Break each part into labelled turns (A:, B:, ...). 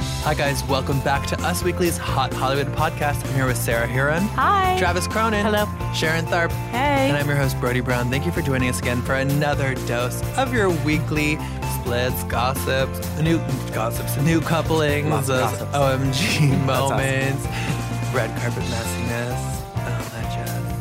A: Hi, guys. Welcome back to Us Weekly's Hot Hollywood podcast. I'm here with Sarah Heron,
B: Hi.
A: Travis Cronin,
B: Hello.
A: Sharon Tharp,
B: Hey.
A: and I'm your host, Brody Brown. Thank you for joining us again for another dose of your weekly splits, gossips, new gossips, new couplings,
C: Lots of
A: those
C: gossips.
A: OMG
C: That's us.
A: moments, red carpet messiness, all that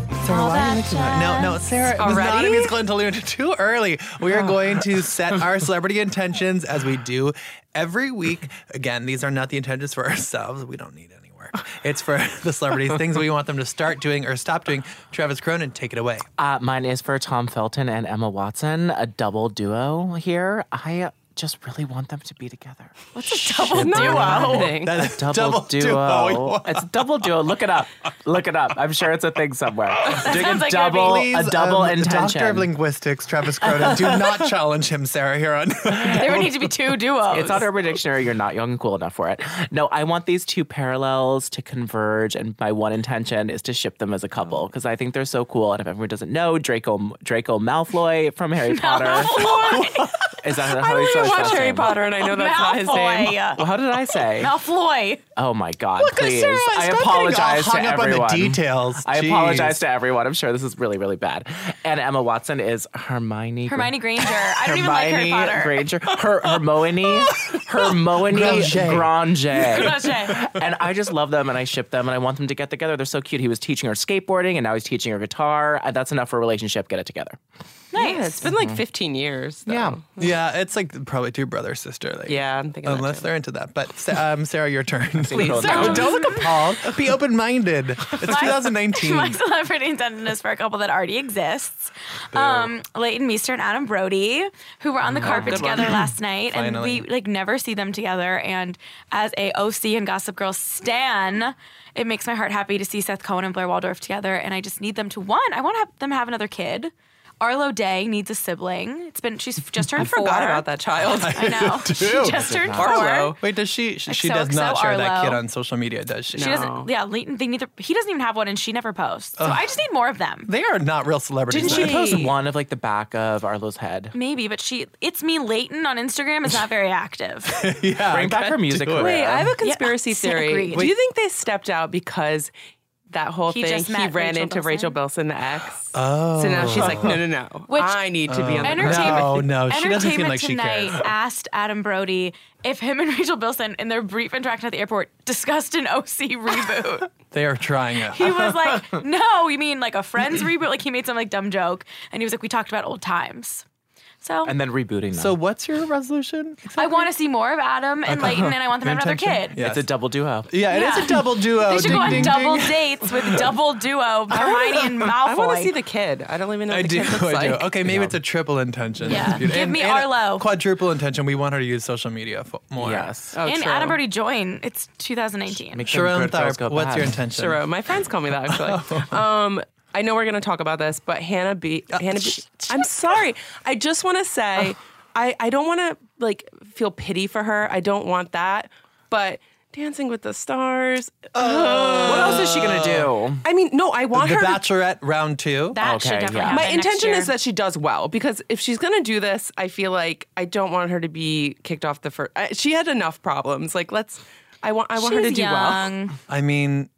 A: jazz. Sarah,
B: All
A: why are you
B: that
A: looking at- No, no, Sarah, it was not a
B: Already?
A: musical until you're too early. We are going to set our celebrity intentions as we do every week. Again, these are not the intentions for ourselves. We don't need any work. It's for the celebrities, things we want them to start doing or stop doing. Travis Cronin, take it away.
C: Uh, mine is for Tom Felton and Emma Watson, a double duo here. I just really want them to be together.
B: What's a double duo?
C: A double, duo. It's a double duo. Look it up. Look it up. I'm sure it's a thing somewhere. Doing
B: sounds
C: a
B: like
C: double,
B: that'd
C: a double
A: um,
C: intention.
A: Doctor of Linguistics, Travis Cronin. do not challenge him, Sarah, here on.
B: There would need to be two duos.
C: It's on Urban Dictionary. You're not young and cool enough for it. No, I want these two parallels to converge, and my one intention is to ship them as a couple because I think they're so cool. And if everyone doesn't know, Draco Draco Malfoy from Harry
B: Oh,
C: Potter is that
D: I
C: how he
D: really
C: says
D: watch
C: last
D: Harry
C: name?
D: Potter, and I know that's not his name.
B: Malfoy.
C: Well, how did I say?
B: Malfoy.
C: Oh my God!
A: at
C: please,
A: Sarah,
C: I
A: stop getting all
C: apologize to
A: hung up on the
C: everyone.
A: details.
C: I
A: Jeez.
C: apologize to everyone. I'm sure this is really, really bad. And Emma Watson is Hermione. Gr-
B: Hermione Granger. I don't even like Harry Potter.
C: Granger. Her Hermione. Hermione
A: Granger.
C: Granger.
B: Granger.
C: And I just love them, and I ship them, and I want them to get together. They're so cute. He was teaching her skateboarding, and now he's teaching her guitar. Uh, That's enough for a relationship. Get it together.
D: Yeah, it's been
B: Mm.
D: like 15 years. though.
C: Yeah.
A: Yeah, it's like probably two brother sister. Like,
D: Yeah, I'm thinking
A: Unless
D: that too.
A: they're into that. But Sa- um, Sarah, your turn.
C: Please.
A: Oh, don't look appalled. Be open minded. It's 2019.
B: My celebrity intended is for a couple that already exists. Um, Leighton Meester and Adam Brody, who were on the carpet
D: good one.
B: together last night, and
A: Mm-hmm. Finally.
B: we like never see them together. And as a OC and Gossip Girl stan, it makes my heart happy to see Seth Cohen and Blair Waldorf together. And I just need them to one. I want to have them have another kid. Arlo Day needs a sibling. It's been she's just turned
D: I
B: four.
D: forgot about that child.
B: I know.
A: Dude.
B: She just turned four.
D: Arlo.
A: Wait, does she? She, she
B: XOXO
A: does not share that
B: Arlo.
A: kid on social media, does she?
B: She
D: No.
B: doesn't. Yeah, Leighton. They neither. He doesn't even have one, and she never posts. So I just need more of them.
A: They are not real celebrities.
C: Didn't she
A: though.
C: post one of like the back of Arlo's head?
B: Maybe, but she. It's me, Leighton, on Instagram is not very active.
A: yeah,
C: Bring back her music
A: do it.
C: career.
D: Wait, I have a
B: Yeah,
D: conspiracy theory.
B: agreed.
D: Do you think they stepped out because that whole
B: He
D: thing
B: just
D: he
B: met
D: ran
B: Rachel
D: into
B: Bilson?
D: Rachel Bilson, the ex? Oh. So now she's like, no, no, no.
B: Which- Oh.
D: I need to be on the
B: Entertainment-
A: No, no, she doesn't seem
B: Entertainment
A: like she
B: Tonight
A: cares.
B: asked Adam Brody if him and Rachel Bilson, in their brief interaction at the airport, discussed an OC reboot.
A: They are trying it.
B: he was like, "No, you mean like a Friends reboot?" Like he made some like dumb joke, and he was like, "We talked about old times." So
C: and then rebooting them.
A: So, what's your resolution?
B: I want to see more of Adam and Leighton, and I want them to have another
A: Intention?
B: kid.
A: Yeah.
C: it's a double duo.
A: Yeah, it is
B: Yeah.
A: a double duo.
B: They should
A: ding,
B: go on
A: ding,
B: double
A: ding.
B: dates with double duo Hermione and Malfoy.
D: I want to see the kid. I don't even know what
A: I
D: the
A: do.
D: kid looks
A: I
D: like.
A: do. Okay, maybe it's a triple intention.
B: Yeah.
A: That's beautiful.
B: Give me Arlo.
A: Quadruple intention. We want her to use social media fo- more.
C: Yes.
D: Oh,
B: and
D: true.
B: Adam Brody join. It's 2019.
C: Make them
A: Sharon
C: good
A: Tharp,
C: girls go
A: what's your
C: bad.
A: intention?
D: Sure. My friends call me that actually. um, I know we're gonna talk about this, but Hannah B. Hannah B. I'm sorry. I just want to say, I I don't want to like feel pity for her. I don't want that. But Dancing with the Stars.
C: What else is she gonna do?
D: I mean, no. I want
A: The
D: her. to-
A: Bachelorette round two.
B: That
C: Okay,
B: should definitely
C: yeah.
B: happen.
C: My
D: my
B: next
D: intention
B: year.
D: is that she does well because if she's gonna do this, I feel like I don't want her to be kicked off the first. I, she had enough problems. Like let's. I want. I want her to
B: She's
D: do well.
B: young.
A: I mean,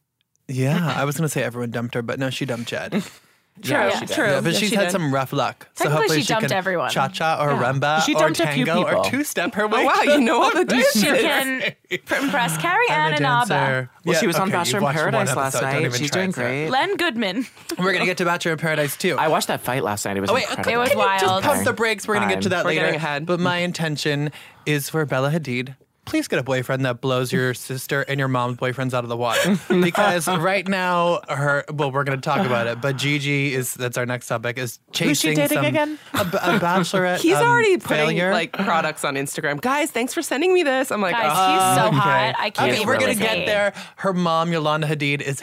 A: yeah, I was gonna say everyone dumped her, but no, she dumped Chad.
D: True.
C: Yeah, she did.
D: true.
A: Yeah, but
D: Yeah,
A: she's
D: she
A: had
D: did.
A: some rough luck. So
B: Technically,
A: hopefully
B: she dumped everyone.
A: Cha cha or rumba
C: She
A: or
C: dumped a few
A: tango or
C: people.
A: two step her way.
D: Oh, wow, you know all the
B: She
D: dances.
B: can pr- impress Carrie
A: I'm
B: Ann
A: a
B: and Abba.
A: dancer.
C: Well,
A: Yeah,
C: she was on
A: okay,
C: Bachelor
A: you've
C: in
A: watched one
C: Paradise last
A: episode. Don't
C: night.
A: even
C: She's
A: try
C: doing
A: it, Sarah.
C: great.
B: Len Goodman.
A: We're gonna get to Bachelor in Paradise too.
C: I watched that fight last night. It was
A: Oh, wait,
C: incredible.
B: It was
A: can you
B: wild.
A: Just pump the brakes. We're gonna get to
C: Fine.
A: that
D: We're
A: later.
D: getting ahead.
A: But my intention is for Bella Hadid. Please get a boyfriend that blows your sister and your mom's boyfriends out of the water. Because right now, her well, we're gonna talk about it. But Gigi is that's our next topic is chasing
C: she dating
A: some,
C: again?
A: A, b- a bachelorette.
D: He's
A: um,
D: already putting
A: failure.
D: like products on Instagram. Guys, thanks for sending me this. I'm like,
B: Guys,
D: oh.
B: he's so
A: Okay.
B: hot. I can't
A: Okay,
B: even
A: we're gonna
B: really
A: get
B: say.
A: there. Her mom, Yolanda Hadid, is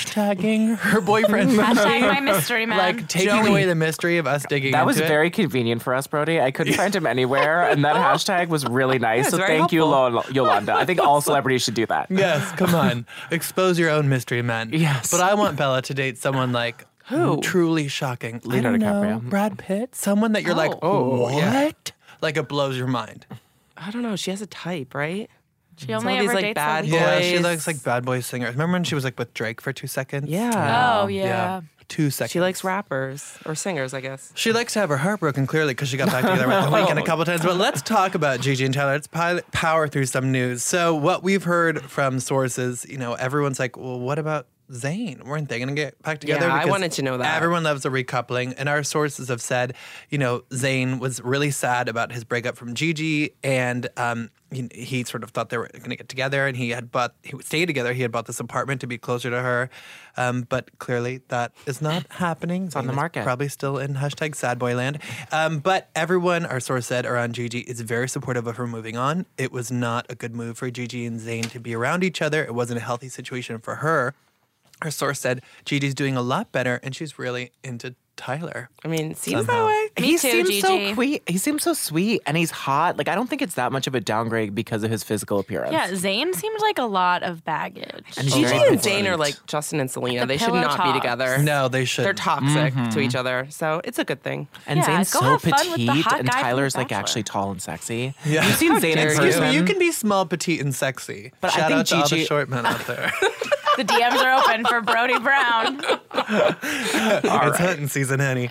A: hashtagging her boyfriend.
B: Hashtag my mystery man.
A: like taking away the mystery of us digging.
C: That was
A: into it.
C: very convenient for us, Brody. I couldn't find him anywhere, and that hashtag was really nice.
D: it's
C: so
D: very
C: thank you,
D: helpful.
C: Lo- Yolanda. I think all celebrities should do that.
A: Yes, come on. Expose your own mystery men.
C: Yes.
A: But I want Bella to date someone like who truly shocking. I
C: Leonardo
A: don't know,
C: DiCaprio.
A: Brad Pitt. Someone that you're like,
D: Oh,
A: what? Like it blows your mind.
D: I don't know. She has a type, right?
B: She only
D: all
B: ever
D: these, like,
B: dates
D: bad
B: the
D: boys.
B: weekend.
A: Yeah, she
D: Boys.
A: looks like bad boy singer. Remember when she was like with Drake for two seconds?
D: Yeah.
B: Oh
A: Yeah.
B: yeah.
A: Two seconds.
D: She likes rappers or singers, I guess.
A: She likes to have her heart broken, clearly, because she got back together with the weekend a couple times. But let's talk about Gigi and Tyler. Let's pi- power through some news. So, what we've heard from sources, you know, everyone's like, well, what about Zayn? Weren't they going to get back together?
D: Yeah, I
A: Because
D: wanted to know that.
A: Everyone loves a recoupling. And our sources have said, you know, Zayn was really sad about his breakup from Gigi. And, um, he, he sort of thought they were going to get together, and he had bought, he would stay together. He had bought this apartment to be closer to her, um, but clearly that is not happening. It's
C: on the market.
A: Probably still in hashtag sad boy land. Um, but everyone, our source said around Gigi, is very supportive of her moving on. It was not a good move for Gigi and Zayn to be around each other. It wasn't a healthy situation for her. Her source said Gigi's doing a lot better and she's really into Tyler.
D: I mean, seems
A: Somehow.
D: that way.
B: Me
C: he
B: too,
C: seems so
B: Gigi.
C: sweet. He seems so sweet, and he's hot. Like I don't think it's that much of a downgrade because of his physical appearance.
B: Yeah, Zayn seemed like a lot of baggage.
C: And he's
D: Gigi
C: very
D: and
C: confident.
D: Zayn are like Justin and
B: Like
D: Selena.
B: the
D: they should
B: pillow
D: not
B: talks.
D: be together.
A: No, they should.
D: They're toxic to each other. So it's a good thing.
C: And
B: Yeah,
C: Zayn's
B: go
C: so
B: have fun with the
C: petite,
B: hot guy from
C: and
B: The
C: Tyler's like
B: Bachelor.
C: actually tall and sexy.
A: Yeah.
C: You've seen Zayn in
D: dare you.
A: Excuse
C: person.
A: me, you can be small, petite, and sexy.
C: But I
A: Shout
C: think
A: out to all the
C: Gigi-
A: short men out there.
B: the DMs are open for Brody Brown.
A: it's hunting season, honey.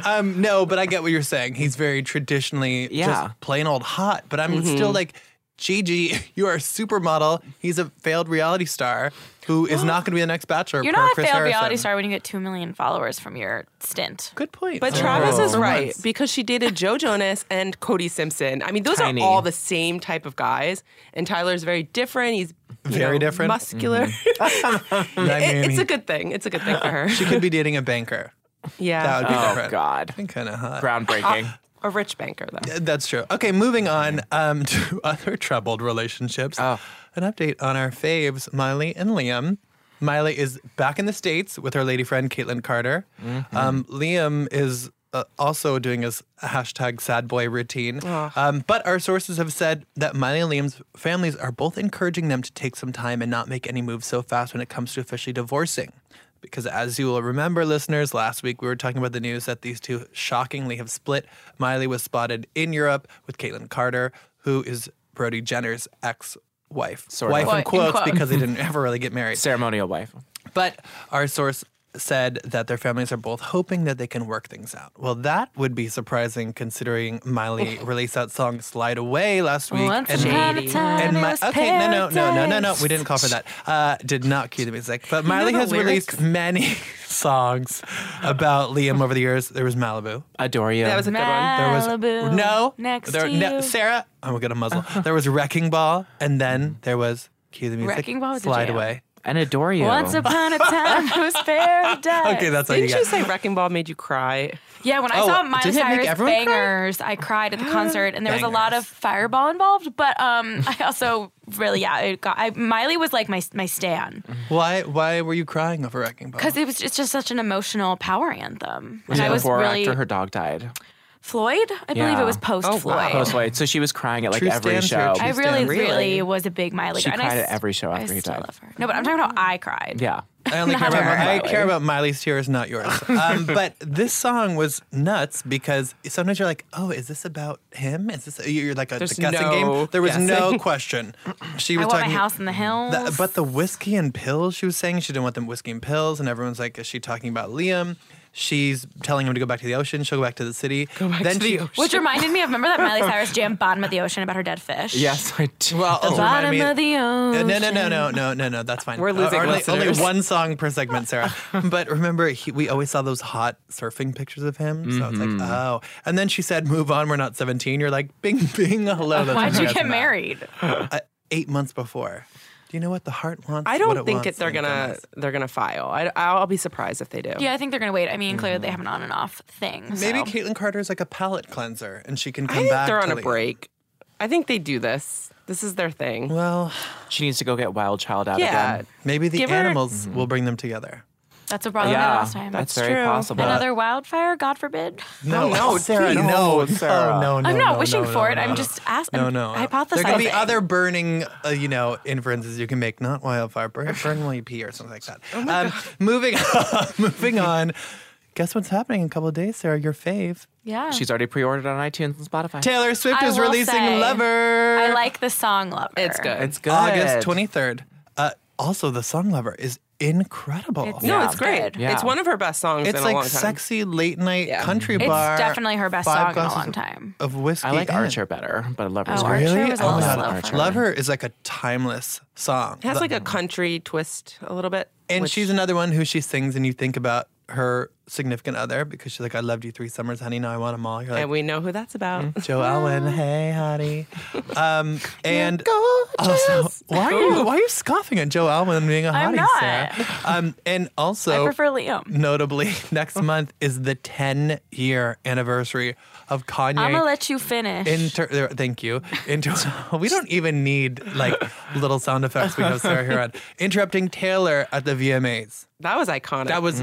A: um, no, but I get what you're saying. He's very traditionally
C: Yeah.
A: just plain old hot. But I'm still like, Gigi, you are a supermodel. He's a failed reality star who is not going to be the next Bachelor.
B: You're
A: per
B: not a
A: Chris
B: failed
A: Harrison.
B: reality star when you get two million followers from your stint.
A: Good point.
D: But
A: Oh.
D: Travis is
A: For
D: right
A: once.
D: because she dated Joe Jonas and Cody Simpson. I mean, those
C: Tiny.
D: are all the same type of guys. And Tyler's very different. He's you
A: Very
D: know,
A: different. Mm-hmm.
D: muscular.
A: I
D: It-
A: mean,
D: it's a good thing. It's a good thing for her.
A: she could be dating a banker. That
D: yeah,
A: would be
C: Oh
A: different.
C: God,
A: Kind of hot.
C: groundbreaking.
D: a rich banker though.
A: That's true. Okay, moving on um, to other troubled relationships.
C: Oh.
A: An update on our faves, Miley and Liam. Miley is back in the States with her lady friend, Caitlin Carter. Um, Liam is uh, also doing his hashtag sad boy routine. Um, but our sources have said that Miley and Liam's families are both encouraging them to take some time and not make any moves so fast when it comes to officially divorcing. Because as you will remember, listeners, last week we were talking about the news that these two shockingly have split. Miley was spotted in Europe with Caitlyn Carter, who is Brody Jenner's ex wife.
C: Sort of.
A: wife
B: Well,
A: in
B: in
A: quotes
B: quotes.
A: because they didn't ever really get married.
C: Ceremonial wife.
A: But our source said that their families are both hoping that they can work things out. Well, that would be surprising considering Miley released that song Slide Away last week.
B: Once
A: and-
B: upon a
D: Shady.
B: time,
A: and
B: it
A: my,
B: was
A: okay, no, no, no, no, no, no.
B: paradise.
A: We didn't call for that. Uh, did not cue the music. But Miley
D: the
A: has released
D: lyrics?
A: many songs about Liam over the years. There was Malibu.
C: Adore you.
D: That was a good one.
A: There was
B: Malibu
A: no
B: next
A: there,
B: to
A: no-
B: you.
A: Sarah. I'm gonna muzzle. There was Wrecking Ball, and then there was cue the music.
B: Wrecking Ball was a
A: Slide
B: jam.
A: away.
C: and adore you.
B: Once upon a time, it was paradise.
A: Okay, that's all you
D: Didn't
A: got.
D: you say Wrecking Ball made you cry?
B: Yeah, when I
A: Oh,
B: saw Miley
A: didn't it make
B: Cyrus
A: everyone cry?
B: bangers, I cried at the concert, and there was a lot of
A: Bangers.
B: fireball involved. But um, I also really, yeah, it got, I, Miley was like my my stan
A: Why? Why were you crying over Wrecking Ball?
B: because it was it's just such an emotional power anthem, and I was
C: before or
B: really
C: after her dog died.
B: Floyd. I believe
C: Yeah.
B: it was post
D: Oh, wow.
B: Floyd.
C: Post wait. So she was crying at like
A: True
C: every
A: stands here,
C: show.
A: true
B: I
A: She's
B: really,
A: down.
B: really,
D: Really?
B: was a big Miley.
C: She
B: girl, and
C: cried
B: I
C: at
B: s-
C: every show
B: I
C: after he
B: still
C: died.
B: love her. No, but I'm talking about I cried.
C: yeah.
A: I only care
B: Not
A: about, I
C: about
A: care
C: Miley.
A: about Miley's tears, not yours. Um, but this song was nuts because sometimes you're like, oh, is this about him? Is this you're like a
D: There's
A: the guessing
D: no
A: game? There was no
D: guessing.
A: question. She
B: I
A: was
B: want my
A: talking.
B: house in the hills.
A: the- but the whiskey and pills she was saying she didn't want them whiskey and pills, and everyone's like, is she talking about Liam? She's telling him to go back to the ocean. She'll go back to the city. Go
D: back to the ocean.
B: which reminded me of remember that Miley Cyrus jam "Bottom of the Ocean" about her dead fish.
C: Yes, I do.
A: Well, oh. also remind
B: bottom
A: me-
B: of the
A: Uh, No, no, no,
B: ocean.
A: no, no, no, no. That's fine.
D: We're
A: Uh,
D: losing
A: only, only
D: listeners.
A: one song per segment, Sarah. but remember, he, we always saw those hot surfing pictures of him. So it's like, oh. And then she said, "Move on. We're not 17." You're like, "Bing, bing, hello." That's
B: Why'd
A: what
B: you
A: that's
B: get
A: about.
B: married?
A: Uh, eight months before. Do you know what the heart wants? what
D: I don't
A: it
D: think
A: wants,
D: it, they're
A: and
D: gonna
A: goodness.
D: they're gonna file. I, I'll be surprised if they do.
B: Yeah, I think they're gonna wait. I mean, clearly they have an on and off thing.
A: Mm. Maybe
B: so.
A: Caitlyn Carter is like a palate cleanser, and she can
D: I
A: come
D: think
A: back.
D: they're
A: to
D: on a
A: Lee.
D: break. I think they do this. This is their thing.
A: Well,
C: She needs to go get Wild Child out
D: yeah,
C: again.
A: maybe the
D: Give her-
A: animals will bring them together.
B: that's a problem
C: Yeah,
B: last time.
C: that's
D: That's
C: very
D: true.
C: possible.
B: Another wildfire, God forbid.
A: No,
D: no,
A: Sarah,
D: please.
A: no,
C: No, Sarah.
A: no, no, no.
B: I'm not
A: no,
B: wishing
A: no,
B: for
A: no,
B: it.
A: no,
B: I'm
A: no.
B: just asking.
A: No, no. There could be
B: hypothesizing.
A: other burning, uh, you know, inferences you can make.
B: Oh
A: Not wildfire, burn, burn while you pee or something like that. um, moving, on, moving on. Guess what's happening in a couple of days, Sarah? Your fave.
B: Yeah.
C: She's already pre-ordered on iTunes and Spotify.
A: Taylor Swift
B: I
A: is
B: will
A: releasing
B: say,
A: Lover.
B: I like the song Lover.
D: It's good.
C: It's good.
A: August 23rd. Uh, also, the song Lover is incredible.
B: It's-
D: No,
B: Yeah.
D: it's great.
B: Good.
C: Yeah.
D: It's one of her best songs
A: It's
D: in a
A: like
D: long time.
A: sexy late night
D: Yeah.
A: country
B: It's
A: bar.
B: definitely her best
A: five
B: song in a
A: glasses
B: long
A: of-
B: time.
A: Of whiskey.
C: I like
A: in.
C: Archer better, but Lover's
B: Oh,
C: great.
B: Archer
A: Really?
B: was
A: oh my
B: also
A: God.
B: Lover.
A: Lover is like a timeless song.
D: It has
A: The-
D: like a country twist a little bit.
A: and
D: which-
A: she's another one who she sings, and you think about her significant other because she's like, "I loved you three summers, honey. Now I want them all." You're like, Mm.
D: and we know who that's about.
A: Joe Alwyn,
B: Ah.
A: hey, honey. Um, and also, why are you why are you scoffing at Joe Alwyn being a hottie,
B: I'm not.
A: Sarah? Um, and
B: I
A: also,
B: prefer Liam.
A: notably,
C: Oh.
A: next month is the 10 year anniversary of Kanye.
B: I'm gonna let you finish.
A: Inter- there- thank you. Inter- we don't even need like little sound effects we have Sarah here on. Interrupting Taylor at the VMAs.
D: That was iconic.
A: That was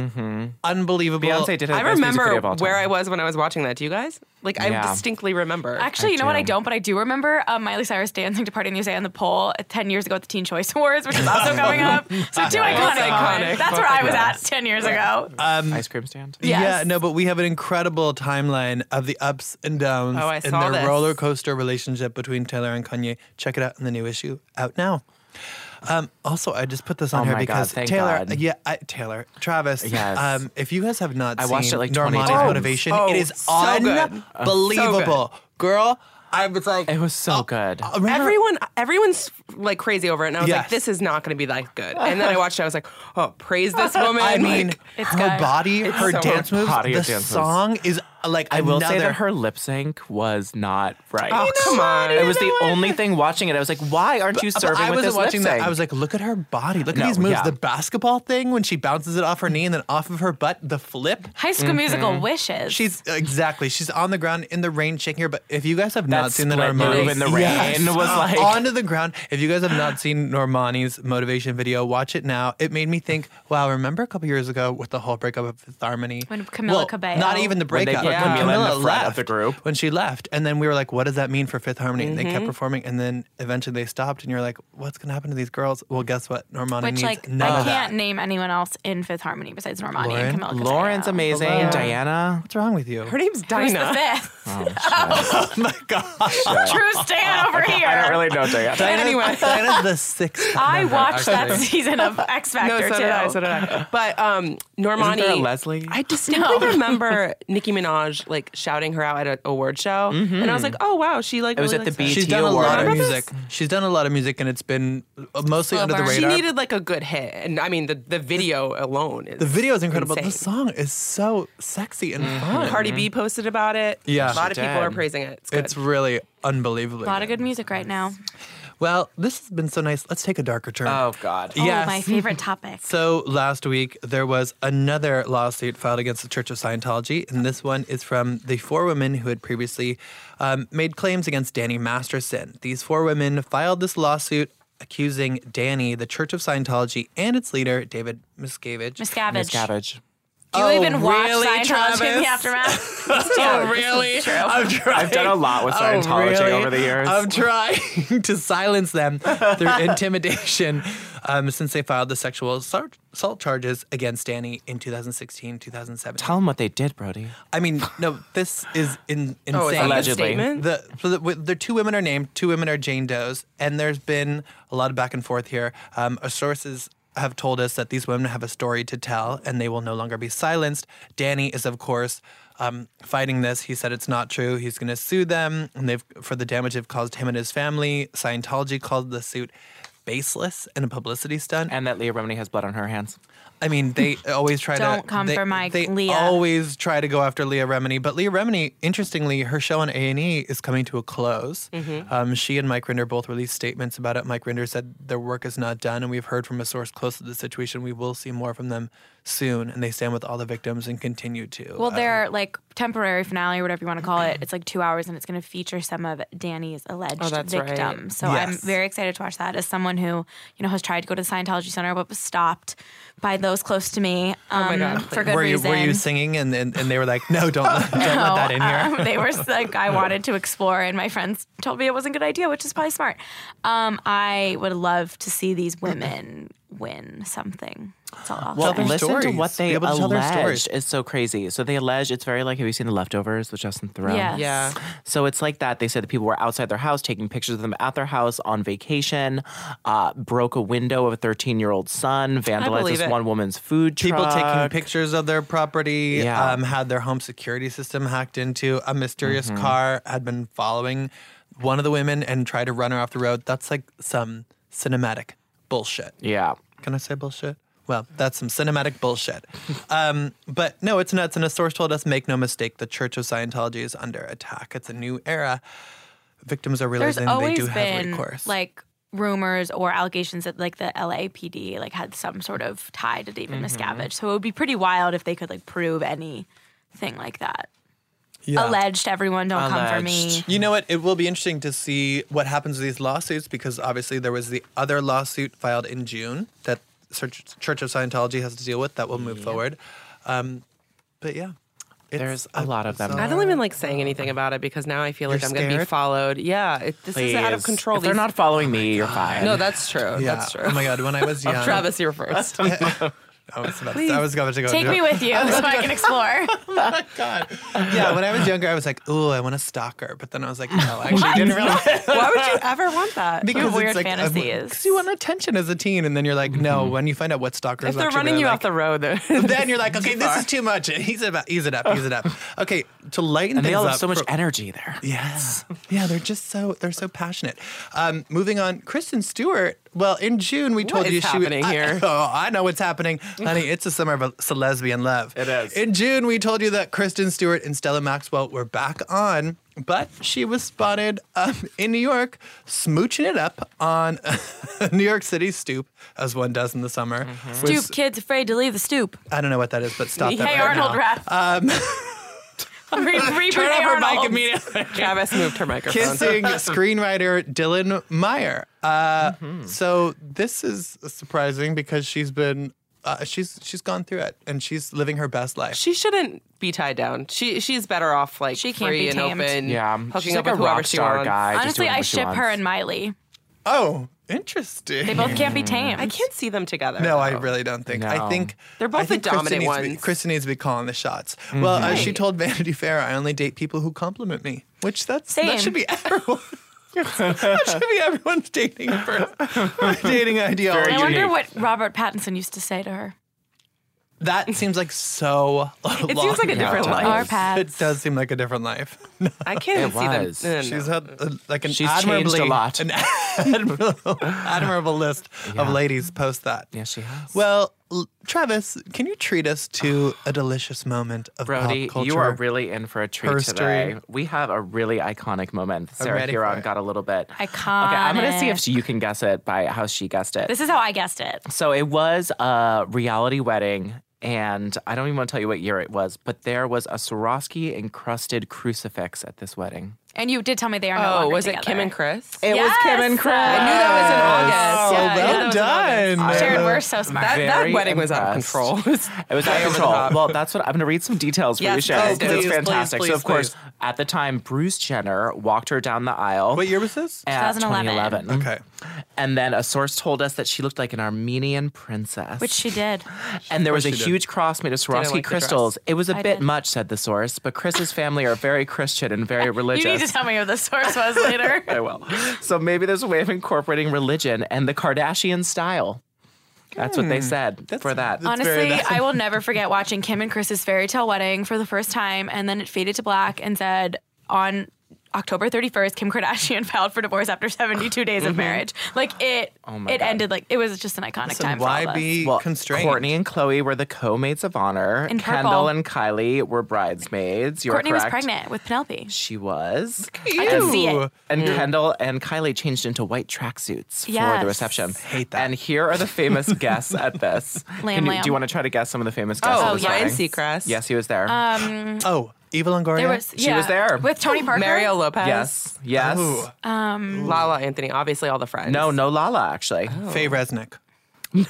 A: unbelievable.
C: Mm-hmm. Beyonce did her
D: I
C: best music video
D: remember
C: of all time.
D: where I was when I was watching that. Do you guys? Like, I
C: Yeah.
D: distinctly remember.
B: Actually, you know what?
C: do.
B: I don't, but I do remember um, Miley Cyrus dancing to "Party in the USA" on the pole at ten years ago at the Teen Choice Awards, which is also coming up. So two iconic,
D: That's iconic.
B: moments. That's where I was at ten years ago.
C: ice cream stand.
A: Um, Yeah,
B: Yes.
A: no, but we have an incredible timeline of the ups and downs
D: Oh, I
A: in
D: saw
A: their
D: this.
A: roller coaster relationship between Taylor and Kanye. Check it out in the new issue out now. Um, also, I just put this on
C: Oh
A: here
C: my God,
A: because
C: thank
A: Taylor,
C: God.
A: yeah, I, Taylor, Travis,
C: Yes.
A: um, if you guys have not
C: I
A: seen
C: watched it like 20
A: Normani's
C: times.
A: Motivation,
D: Oh,
A: it is
D: so good.
A: unbelievable. Girl, I was like,
C: It was so good.
A: I remember-
D: Everyone, everyone's like crazy over it, and I was like,
A: Yes.
D: "This is not going to be that good." And then I watched it. I was like, "Oh, praise this woman!"
A: I mean,
B: It's
A: her
B: good.
A: body, her
D: so
A: dance moves,
C: Body
A: the
C: of dance moves.
A: song is uh, like
C: I will say
A: another-
C: that her lip sync was not right.
D: Oh, come on.
C: It was the only thing watching it. I was like, why aren't you
A: But
C: serving
A: I
C: with
A: wasn't
C: this
A: watching
C: lip sync?
A: that. I was like, look at her body. Look at
C: No,
A: these moves.
C: yeah.
A: The basketball thing when she bounces it off her knee and then off of her butt. The flip.
B: High School Musical wishes.
A: She's exactly. She's on the ground in the rain, shaking her. But if you guys have
C: That
A: not seen the
C: split move
A: Normani Uh,
C: in the rain was like-
A: onto the ground. If you guys have not seen Normani's motivation video, watch it now. It made me think. Wow, remember a couple years ago with the whole breakup of Fifth Harmony
B: When Camila
A: Well,
B: Cabello-
A: Not even the
C: When they
A: breakup.
C: put
A: When
C: Camila in
A: Camila
C: the front of
A: left
C: the group.
A: when she left, and then we were like, "What does that mean for Fifth Harmony?" And they
B: Mm-hmm.
A: kept performing, and then eventually they stopped, and you're like, "What's gonna happen to these girls?" Well, guess what? Normani
B: which
A: needs
B: like
A: none
B: I
A: of that.
B: can't name anyone else in Fifth Harmony besides Normani and
A: Lauren?
B: Camila. Cabello.
C: Lauren's amazing.
A: Hello.
C: Diana.
A: What's wrong with you?
D: her name's
B: Who's
D: Dinah.
B: the fifth?
A: oh my gosh.
B: True Stan over here.
C: I don't really know Diana.
D: Anyway.
A: Diana's the sixth.
B: I
A: member,
B: watched that
A: actually.
B: season of X
D: No,
B: Factor
D: so
B: too.
D: did I. So did I. But um, Normani,
C: there a Leslie?
D: I distinctly remember Nicki Minaj like shouting her out at an award show,
A: Mm-hmm.
D: and I was like, "Oh wow, she like."
C: It was
D: really
C: at the
D: likes her."
C: BET
A: She's done a lot of
C: Awards.
A: music. She's done a lot of music, and it's been uh, mostly under the
B: burn.
A: radar.
B: She
D: She needed like a good hit, and I mean the, the video alone is
A: the video is incredible.
D: Insane.
A: The song is so sexy and fun.
D: Cardi B posted about it.
A: Yeah.
D: a lot of
C: She
D: people
C: did.
D: are praising it. It's, good.
A: It's really unbelievable.
B: A lot of good music right now.
A: Well, this has been so nice. Let's take a darker turn.
C: Oh God.
A: Yes.
B: Oh, my favorite topic.
A: So last week there was another lawsuit filed against the Church of Scientology, and this one is from the four women who had previously um, made claims against Danny Masterson. These four women filed this lawsuit accusing Danny, the Church of Scientology, and its leader David Miscavige.
B: Miscavige.
C: Miss Cabbage.
B: Do you
A: Oh,
B: even watch
A: really,
B: Scientology in
A: Travis?
B: the aftermath?
A: oh really? I'm trying.
C: I've done a lot with Scientology
A: Oh, really? Oh,
C: over the years.
A: I'm trying to silence them through intimidation um, since they filed the sexual assault assault charges against Danny in 2016, 2017.
C: Tell them what they did, Brody.
A: I mean, no, this is in, insane.
D: oh, it's like a
C: Allegedly.
D: statement.
A: The, so the, with- the two women are named, two women are Jane Doe's, and there's been a lot of back and forth here. Um, our sources have told us that these women have a story to tell and they will no longer be silenced. Danny is, of course, um, fighting this. He said it's not true. He's going to sue them and they've for the damage they've caused him and his family. Scientology called the suit baseless and a publicity stunt.
C: And that Leah Remini has blood on her hands.
A: I mean, they always try to
B: Don't come
A: they,
B: for my
A: They
B: Leah.
A: always try to go after Leah Remini, but Leah Remini, interestingly, her show on A and E is coming to a close.
B: Mm-hmm.
A: Um, she and Mike Rinder both released statements about it. Mike Rinder said their work is not done, and we've heard from a source close to the situation. We will see more from them soon, and they stand with all the victims and continue to.
B: Well,
A: uh,
B: their like temporary finale or whatever you want to call it. It's like two hours, and it's going to feature some of Danny's alleged
D: Oh, that's right.
B: victims. So I'm
A: Yes.
B: very excited to watch that. As someone who you know has tried to go to the Scientology Center but was stopped by those close to me um,
D: Oh God,
B: for good
A: were you
B: reason.
A: were you singing, and and, and they were like, no, don't don't let that in here.
B: Um, they were like, I wanted to explore, and my friends told me it wasn't a good idea, which is probably smart. Um, I would love to see these women win something. It's all awful.
C: Well,
A: their
C: listen to
A: stories.
C: what
A: Be
C: they
A: able to tell their stories.
C: alleged is so crazy. So they allege it's very like have you seen The Leftovers with Justin Theroux?
B: Yes.
D: Yeah.
C: So it's like that. They said that people were outside their house taking pictures of them at their house on vacation, uh, broke a window of a 13 year old son, vandalized
D: believe
C: this
D: it.
C: one woman's food truck.
A: People taking pictures of their property,
C: Yeah.
A: um, had their home security system hacked into. A mysterious
C: Mm-hmm.
A: car had been following one of the women and tried to run her off the road. That's like some cinematic bullshit.
C: Yeah.
A: Can I say bullshit? Well, that's some cinematic bullshit. Um, but no, it's nuts. And a source told us, make no mistake, the Church of Scientology is under attack. It's a new era. Victims are
B: There's
A: realizing they
B: always
A: do have
B: been
A: recourse.
B: like rumors or allegations that like the LAPD like had some sort of tie to David
A: Mm-hmm.
B: Miscavige. So it would be pretty wild if they could like prove anything like that.
A: Yeah.
B: Alleged, everyone don't come for me.
A: You know what? It will be interesting to see what happens to these lawsuits because obviously there was the other lawsuit filed in June that Church Church of Scientology has to deal with that will move forward. Um, but yeah, it's
C: There's a lot of them.
A: bizarre-
D: I don't even like
C: Uh,
D: saying anything about it because now I feel like
A: You're
D: I'm going to be
A: scared?
D: followed. Yeah, it, this is out of
C: Please.
D: control.
C: If they're
D: These-
C: not
A: Oh
C: following me, you're fine.
D: No, that's true.
A: Yeah.
D: That's true.
A: Oh my god! When I was young,
D: Travis, you're first.
A: I was, about to, I was about to go.
B: Take
A: do it.
B: me with you so I can explore.
A: God. Yeah, when I was younger, I was like, "Ooh, I want to stalk her," but then I was like, "No, I actually didn't realize."
D: Why would you ever want that?
A: Because
B: Weird
A: it's like,
B: fantasies.
A: Because you want attention as a teen, and then you're like, "No."
C: Mm-hmm.
A: When you find out what stalkers,
D: if they're
A: actually
D: running
A: really
D: you
A: like,
D: off the road, they're-
A: then you're like, okay, this is too much. Ease it up, ease it up, ease it up. Okay, to lighten
C: And they
A: things
C: all
A: up.
C: have so much
A: for-
C: energy there.
A: Yes. Yeah, they're just so they're so passionate. Um, moving on, Kristen Stewart. Well, in June we told
D: is
A: you she
D: happening
A: I-
D: here?
A: oh, I know what's happening, honey. It's a summer of a lesbian love. It
C: is.
A: In June we told you that Kristen Stewart and Stella Maxwell were back on, but she was spotted um, in New York smooching it up on a New York City stoop, as one does in the summer. with-
B: Mm-hmm. Stoop kids afraid to leave the stoop.
A: I don't know what that is, but stop that
B: hey
A: right
B: Arnold
A: now.
B: rap. Um, re- re-
A: Turn
B: Hey
A: off her mic
B: Arnold.
A: immediately.
D: Travis moved her microphone.
A: Kissing screenwriter Dylan Meyer. Uh, So this is surprising because she's been uh, she's she's gone through it and she's living her best life.
D: She shouldn't be tied down. She she's better off like
B: She can't
D: free
B: be
D: and
B: tamed.
D: open.
C: Yeah.
D: hooking
C: She's
D: up
C: like a
D: with whoever
C: rock
D: she
C: star
D: wants.
C: guy. just
B: Honestly,
C: doing
B: I
C: what she
B: ship her
C: wants.
B: and Miley.
A: oh, interesting.
B: They both can't be
A: Mm-hmm.
B: tamed.
D: I can't see them together.
A: no, I
D: though.
A: really don't think.
C: No.
A: I think
D: They're both
A: I think
D: the
A: Kristen
D: dominant
A: needs to be-
D: ones.
A: Kristen needs to be calling the shots. Well, uh, she told Vanity Fair, "I only date people who compliment me," which that's
B: Same.
A: that should be everyone. that should be everyone's dating first dating ideology.
B: I wonder
C: unique.
B: what Robert Pattinson used to say to her.
A: That seems like so.
D: It seems like a different
C: Yeah.
D: life.
B: Our
A: It
B: pads.
A: does seem like a different life.
D: I can't even see
C: was.
D: them. No, no, no.
A: She's had uh, like an
C: She's changed a
A: admirably
C: lot.
A: an admirable, admirable list of
C: Yeah.
A: ladies post that.
C: Yeah, she has.
A: Well, l- Travis, can you treat us to a delicious moment of
C: Brody,
A: pop culture? Oh,
C: you are really in for a treat
A: History.
C: today. We have a really iconic moment. Sarah
A: ready for
C: Huron
A: it.
C: got a little bit
B: Iconic.
C: Okay, I'm gonna see if she, you can guess it by how she guessed it.
B: This is how I guessed it.
C: so it was a reality wedding, and I don't even want to tell you what year it was, but there was a Swarovski encrusted crucifix at this longer
B: And you did tell me they are no
D: Oh,
B: longer
D: was it
B: together.
D: Kim and Chris?
C: It was Kim and Chris.
B: I
D: knew that was in
A: Oh,
D: August. Yeah, I knew that
A: well
D: was in August.
A: done.
C: I-
B: Sharon,
A: Mela.
B: we're so smart.
D: That, that
C: Very
D: wedding was out of
C: impressed.
D: control.
C: It was out of control. Well, that's what I'm going to read some details for you,
D: Yes,
C: Sharon.
D: please do.
C: it's
A: Please,
C: fantastic.
A: please,
C: so, of course,
A: please.
C: at the time, Bruce Jenner walked her down the aisle.
A: What year was this?
C: at
B: 2011.
C: 2011.
A: Okay.
C: And then a source told us that she looked like an Armenian princess.
B: Which she did.
C: and there was a
A: she did.
C: huge cross made of Swarovski
D: like the dress.
C: crystals. It was a
B: I
C: bit
B: did.
C: much, said the source, but Chris's family are very Christian and very
B: You
C: religious.
B: need to tell me who the source was later.
C: I will. So maybe there's a way of incorporating religion and the Kardashian style. That's what they said for that.
A: Hmm. That's very
B: Honestly,
A: nice.
B: I will never forget watching Kim and Chris's fairy tale wedding for the first time, and then it faded to black and said on October 31st, Kim Kardashian filed for divorce after 72 days of marriage. Like it,
C: my
B: it
C: God.
B: ended like it was just an iconic time.
A: Listen,
B: For all
A: why
B: of us.
A: be constrained?
C: Courtney and Chloe were the co-maids of honor.
B: In purple.
C: Kendall and Kylie were bridesmaids. You're
B: Courtney was
C: correct.
B: pregnant with Penelope.
C: She was.
B: I can see it.
C: And Kendall and Kylie changed into white tracksuits for
B: Mm. Yes.
C: the reception.
A: Hate that.
C: And here are the famous guests at this.
B: Lamb,
C: Can you-
B: lamb.
C: Do you want to try to guess some of the famous guests?
D: Oh,
C: at this
B: yes. Uh,
C: wedding?
D: Ryan Seacrest.
C: Yes, he was there.
A: Oh, Eva Longoria.
B: There was,
C: She was
B: yeah,
C: there.
B: with Tony Parker.
D: Mario Lopez.
C: yes. Yes.
A: Ooh,
D: Lala Anthony. Obviously, all the friends.
A: Oh.
C: No, no Lala actually.
A: Faye Resnick.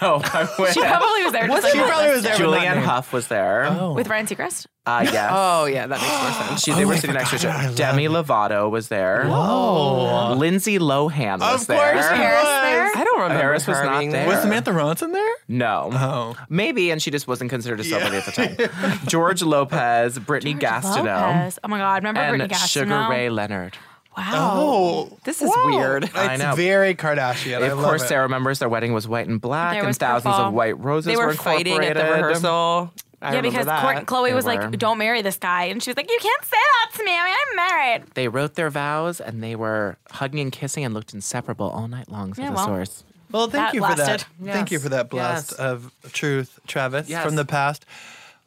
C: No, I wish.
B: She probably was Oh. there.
A: She probably was there. but not
C: Julianne
A: named.
C: Huff was there.
B: with Ryan Seacrest.
C: Uh, yes.
D: Oh yeah, that makes more sense.
C: She, they
A: Oh,
C: were
A: I
C: sitting next to each
A: forgot. I
C: other.
A: love
C: Demi Lovato was there.
A: Oh.
C: Lindsay Lohan was
A: Of
C: there.
A: course she
B: Paris
A: was.
B: there.
D: I don't remember
C: Harris
D: her
C: was not
D: being
C: there.
A: Was Samantha Ronson there?
C: No.
A: Oh.
C: Maybe, and she just wasn't considered a celebrity at the time. George Lopez, Brittany Gastineau,
B: Lopez. Oh my God. Remember
C: and
B: Brittany Gastineau?
C: Sugar Ray Oh, Leonard.
B: Wow.
D: This is
A: Whoa. Oh.
D: weird.
A: It's
C: I know.
A: very Kardashian. I
C: of
A: love
C: course,
A: it.
C: Sarah remembers their wedding was white and black,
B: There
C: and
B: was
C: thousands
B: purple.
C: of white roses
D: They were fighting
C: incorporated.
D: at the rehearsal. I
B: yeah,
D: remember
B: because
D: that.
B: Court, Chloe
C: They
B: was
C: were.
B: like, "Don't marry this guy," and she was like, "You can't say that to me. I mean, I'm married."
C: They wrote their vows, and they were hugging and kissing, and looked inseparable all night long. Says
B: Yeah,
C: the
B: well.
C: source.
A: Well, thank
B: That
A: you for
B: lasted.
A: that. Thank you
C: Yes.
A: for that blast
C: Yes.
A: of truth, Travis,
C: Yes.
A: from the past.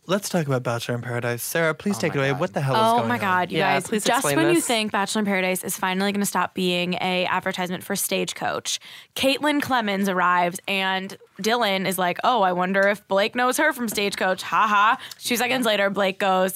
A: Let's talk about Bachelor in Paradise. Sarah, please take it away. What the hell is going
B: Oh
A: on?
B: my God, you
D: Yeah,
B: guys!
D: please
B: just
D: explain
B: when you
D: this.
B: think Bachelor in Paradise is finally going to stop being a advertisement for Stagecoach, Caitlin Clemens arrives and Dylan is like, "Oh, I wonder if Blake knows her from Stagecoach." Ha ha! Two seconds later, Blake goes.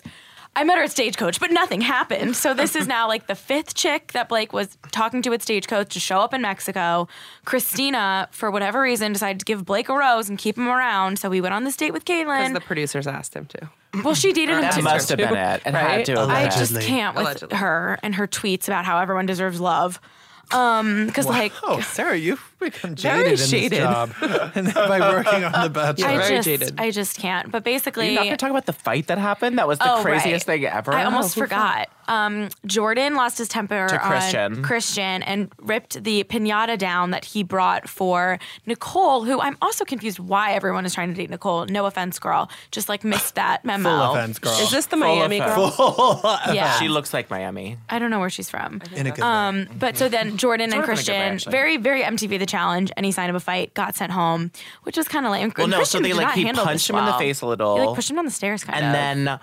B: I met her at Stagecoach, but nothing happened. So this is now like the fifth chick that Blake was talking to at Stagecoach to show up in Mexico. Christina, for whatever reason, decided to give Blake a rose and keep him around. So we went on this date with
D: Because
B: Caitlin.
D: the producers asked him to.
B: well, she dated him
C: That
B: too.
C: must have been it. It had
D: Right?
C: to. Have
B: I
C: been.
B: just
A: Allegedly.
B: can't with
D: Allegedly.
B: her and her tweets about how everyone deserves love. Um, because like
A: Oh, Sarah, you've become
D: Very
A: jaded in this
D: jaded.
A: job and by working on The Bachelor.
B: I
D: very
B: just,
D: jaded.
B: I just can't. But
C: Are you
B: basically,
C: not going to talk about the fight that happened? That was the
B: Oh,
C: craziest
B: right.
C: thing ever.
B: I almost
C: Oh, who
B: forgot. Um, Jordan lost his temper
C: To
B: on
C: Christian.
B: Christian and ripped the pinata down that he brought for Nicole, who I'm also confused why everyone is trying to date Nicole. No offense, girl. Just like missed that memo.
A: Full offense, girl.
D: Is this the
C: Full
D: Miami
C: effect.
D: girl?
B: Yeah.
C: She looks like Miami.
B: I don't know where she's from.
A: in a good way.
B: Um, but so then Jordan and
C: Jordan had a good way,
B: Christian,
C: actually.
B: very very MTV the challenge. Any sign of a fight got sent home, which was kind of lame.
C: Well, no,
B: Christian
C: so they
B: did
C: like
B: not
C: he
B: handle
C: punched
B: this
C: him in the
B: well.
C: face a
B: He
C: little,
B: like pushed him down the stairs, kind
C: and
B: of.
C: then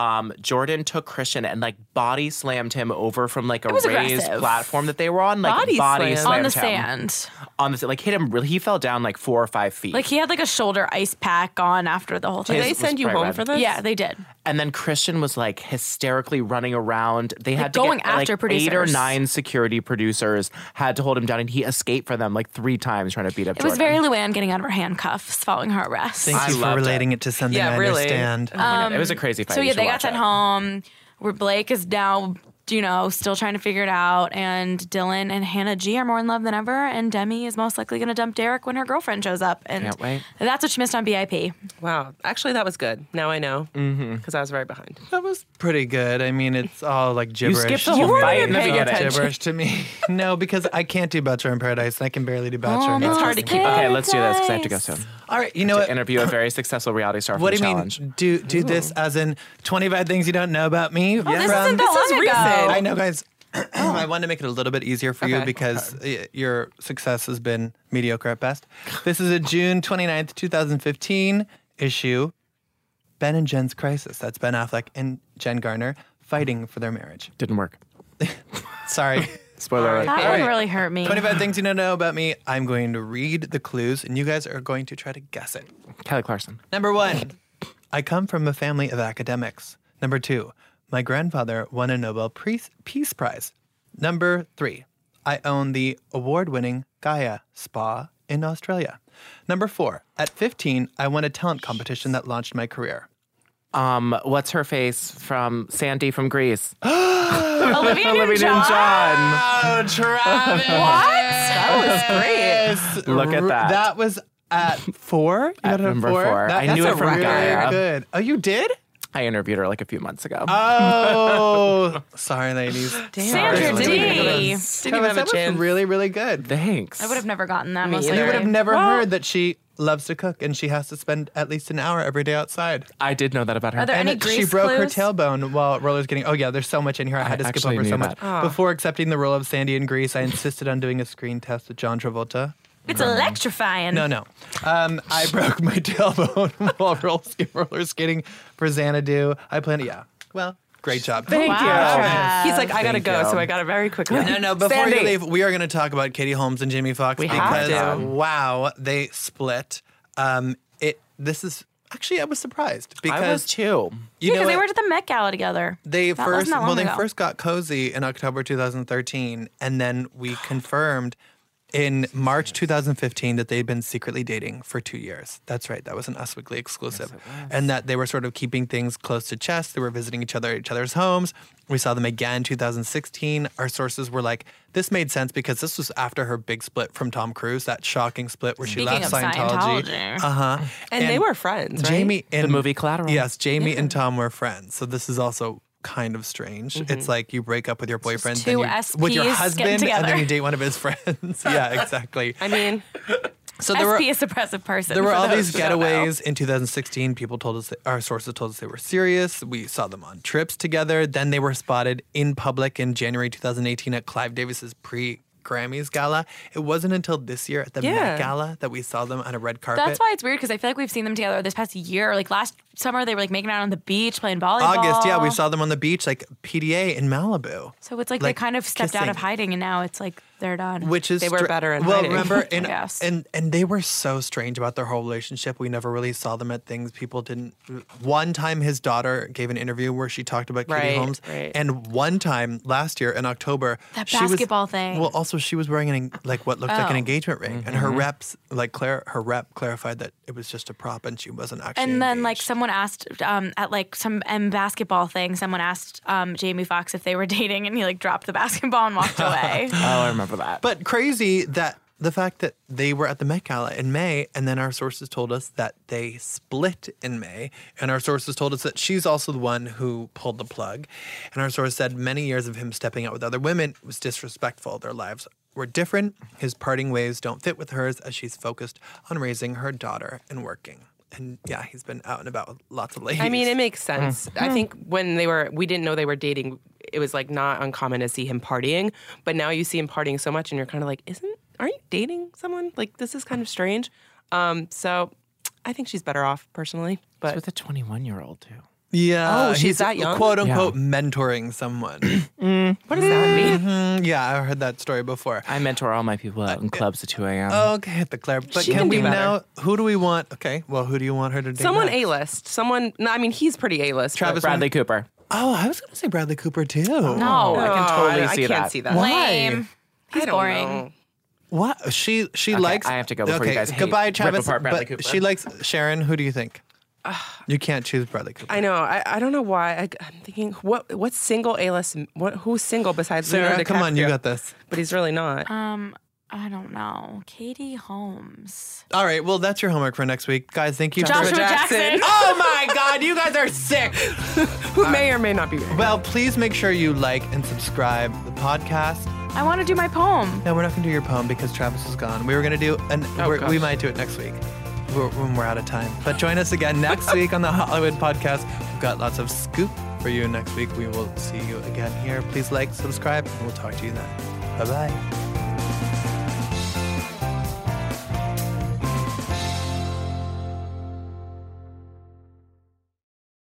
C: um, Jordan took Christian and like body slammed him over from like a
B: was
C: raised
B: aggressive.
C: platform that they were on. Like
D: Body
C: body, slammed
D: slam.
B: on the
C: him.
B: sand,
C: On the sa- like hit him. really He fell down like four or five feet.
B: like he had like a shoulder ice pack on after the whole thing.
D: Did they
C: was
D: send you
C: quite
D: home
C: red.
D: for this?
B: yeah, they did.
C: and then Christian was like hysterically running around. They had to
B: going
C: get,
B: after
C: like, eight or
B: producers.
C: nine security producers had to hold him down, and he escaped from them like three times trying to beat up.
B: It was
C: Jordan.
B: very Luann getting out of her handcuffs following her arrest.
A: Thank
C: I
A: you for
C: loved it.
A: relating it. to something
D: Yeah,
A: I
D: really.
A: understand.
C: Um, it was a crazy fight.
B: So
C: You
B: yeah,
C: should
B: they
C: watch
B: got sent
C: it.
B: home. Where Blake is now, you know, still trying to figure it out, and Dylan and Hannah G are more in love than ever, and Demi is most likely going to dump Derek when her girlfriend shows up, and
C: Can't wait.
B: that's what she missed on BIP.
D: Wow. Actually, that was good. Now I know. Because I was right behind.
A: that was pretty good. I mean, it's all like gibberish.
C: skipped the
A: to
C: whole
A: me.
C: fight
A: It's
C: in the
A: all
C: beginning.
A: gibberish to me. No, because I can't do Bachelor in Paradise and I can barely do Bachelor in
B: Almost
A: Paradise.
D: hard to keep
C: Okay, let's do this because I have to go
B: Oh,
C: soon.
A: All right, you know what?
C: Interview a very successful reality star.
A: What
C: for
A: do you
C: the challenge.
A: mean? Do do this as in twenty five things you don't know about me?
B: Oh, this isn't that
D: This is
B: long Oh.
D: recent.
B: ago.
A: I know, guys. I wanted to make it a little bit easier for you
D: Okay.
A: because y- your success has been mediocre at best. This is a June 29th, 2015 issue. Ben and Jen's crisis. That's Ben Affleck and Jen Garner fighting for their marriage.
C: Didn't work.
A: Sorry.
C: Spoiler alert.
B: That
A: Alright.
B: one really hurt me.
A: 25 things you don't know about me. I'm going to read the clues and you guys are going to try to guess it.
C: Kelly Clarkson.
A: Number one, I come from a family of academics. Number two, my grandfather won a Nobel Pre- Peace Prize. Number three, I own the award winning Gaia Spa in Australia. Number four, at 15, I won a talent competition that launched my career.
C: Um, what's her face from Sandy from Greece?
B: Olivia Newton-John.
C: John.
A: Oh, Travis!
B: What?
D: That was great.
C: Look at that.
A: That was at four? You got it
C: number four.
A: That-
C: I
A: that's
C: knew
A: a
C: it from
A: really
C: Gaia.
A: good. Oh, you did?
C: I interviewed her like a few months ago.
A: Uh, Oh, sorry, ladies. Damn.
B: Sandra
D: Sorry.
B: D.
D: Didn't even
A: Travis,
D: have a
A: that was
D: chance.
A: really, really good.
C: Thanks.
B: I would have never gotten that. Most
D: either.
A: You
B: likely.
A: would have
D: Right.
A: never heard that she loves to cook and she has to spend at least an hour every day outside.
C: I did know that about her.
B: Are there
A: and
B: any
A: that she
B: grease
A: broke
B: clues?
A: her tailbone while rollers getting. Oh yeah, there's so much in here. I had to skip
C: actually
A: over so
C: knew
A: much. Before accepting the role of Sandy in Greece, I insisted on doing a screen test with John Travolta.
B: It's electrifying.
A: No, no. Um, I broke my tailbone while roller, sk- roller skating for Xanadu. I planned. Yeah. Well, great job.
D: Thank
B: Wow.
D: you.
B: Wow.
D: He's like, I gotta
C: Thank
D: go.
C: you.
D: So I gotta very quickly.
A: No, no. Before
C: Sandy.
A: you leave, we are going to talk about Katie Holmes and Jamie Foxx
D: have
A: because
D: to.
A: wow, they split. Um, it. This is actually I was surprised because
C: I was too.
A: you know
B: because they
A: what?
B: were at the Met Gala together.
A: they
B: That wasn't
A: first
B: that
A: well
B: long
A: they
B: ago.
A: first got cozy in October 2013, and then we confirmed in March 2015 that they'd been secretly dating for two years. That's right. That was an Us Weekly exclusive. And that they were sort of keeping things close to chest. They were visiting each other at each other's homes. We saw them again in 2016. Our sources were like, this made sense because this was after her big split from Tom Cruise, that shocking split where she
B: Speaking
A: left
B: of
A: Scientology.
B: Scientology.
A: Uh huh.
D: And, they were friends, right?
A: Jamie and
C: The movie Collateral.
A: Yes, Jamie and Tom were friends. So this is also kind of strange. It's like you break up with your boyfriend then
B: two
A: you, with your
B: SPs getting
A: husband and then
B: together.
A: you date one of his friends. yeah, exactly.
D: I mean,
A: So
B: SP
A: there were
B: is a suppressive person.
A: there were
B: for
A: all
B: those
A: these
B: who don't know.
A: getaways in 2016. People told us, that, our sources told us they were serious. We saw them on trips together. Then they were spotted in public in January 2018 at Clive Davis's pre Grammys gala. It wasn't until this year at the
D: Yeah.
A: Met gala that we saw them on a red carpet.
B: That's why it's weird because I feel like we've seen them together this past year. Like last summer, they were like making out on the beach, playing volleyball.
A: August, yeah, we saw them on the beach, like PDA in Malibu.
B: So it's like,
A: like,
B: they kind of stepped out of
A: kissing.
B: hiding, and now it's like they're done.
A: which is
D: They were
A: stra-
D: better at
A: well
D: hiding.
A: remember and,
B: Yes.
A: and and they were so strange about their whole relationship we never really saw them at things people didn't one time his daughter gave an interview where she talked about Katie
D: Right,
A: Holmes
D: right.
A: and one time last year in October
B: That
A: she was-
B: basketball thing.
A: well also she was wearing an en- like what looked like an
B: Oh.
A: engagement ring and her reps like Claire her rep clarified that it was just a prop and she wasn't actually
B: and then like
A: engaged.
B: someone asked um, at like some M basketball thing, someone asked um, Jamie Foxx if they were dating, and he like dropped the basketball and walked away.
C: Oh, I remember that.
A: But crazy that the fact that they were at the Met Gala in May, and then our sources told us that they split in May, and our sources told us that she's also the one who pulled the plug, and our source said many years of him stepping out with other women was disrespectful. Their lives were different. His parting ways don't fit with hers, as she's focused on raising her daughter and working. And yeah, he's been out and about with lots of ladies.
D: I mean, it makes sense.
A: Mm.
D: I think when they were, we didn't know they were dating. It was like not uncommon to see him partying, but now you see him partying so much, and you're kind of like, isn't? Aren't you dating someone? Like this is kind of strange. Um, so I think she's better off personally. But
C: with a 21 year old, too.
A: yeah,
D: Oh, she's
A: he's
D: that young?
A: quote unquote mentoring someone.
D: what does that mean?
A: Mm, yeah, I heard that story before.
C: I mentor all my people out in clubs at 2 a.m.
A: Okay, hit the Claire. But
D: She
A: can,
D: can
A: we
D: do better.
A: now? Who do we want? Okay, well, who do you want her to date?
D: Someone
A: next?
D: A list. Someone. No, I mean he's pretty A list.
A: Travis
C: Bradley Cooper.
A: Oh, I was gonna say Bradley Cooper too. No,
B: no,
C: I can totally
D: Oh, I,
C: see
D: can't
C: that.
D: see that.
A: Oh, Why?
B: lame. He's
D: I don't
B: boring.
D: know.
A: what? She she likes.
C: I have to go before you
A: okay,
C: guys hate-
A: goodbye,
C: rip
A: Travis.
C: apart Bradley
A: but
C: Cooper.
A: she likes Sharon. Who do you think? you can't choose Bradley Cooper.
D: I know. I, I don't know why. I, I'm thinking what what single A list? What who's single besides
A: Sarah,
D: Leonardo
A: come on, you
D: DiCaprio?
A: got this.
D: But he's really not.
B: Um, I don't know. Katie Holmes.
A: All right, well, that's your homework for next week, guys. Thank you,
B: Joshua
A: for
B: Jackson.
A: Oh my God, you guys are sick.
D: Who may or may not be.
A: Well, please make sure you like and subscribe the podcast.
B: I want to do my poem.
A: No, we're not gonna do your poem because Travis is gone. We were gonna do, and we're, we
D: gosh.
A: might do it next week we're, when we're out of time. But join us again next week on the Hollywood Podcast. We've got lots of scoop for you next week. We will see you again here. Please like, subscribe, and we'll talk to you then. Bye bye.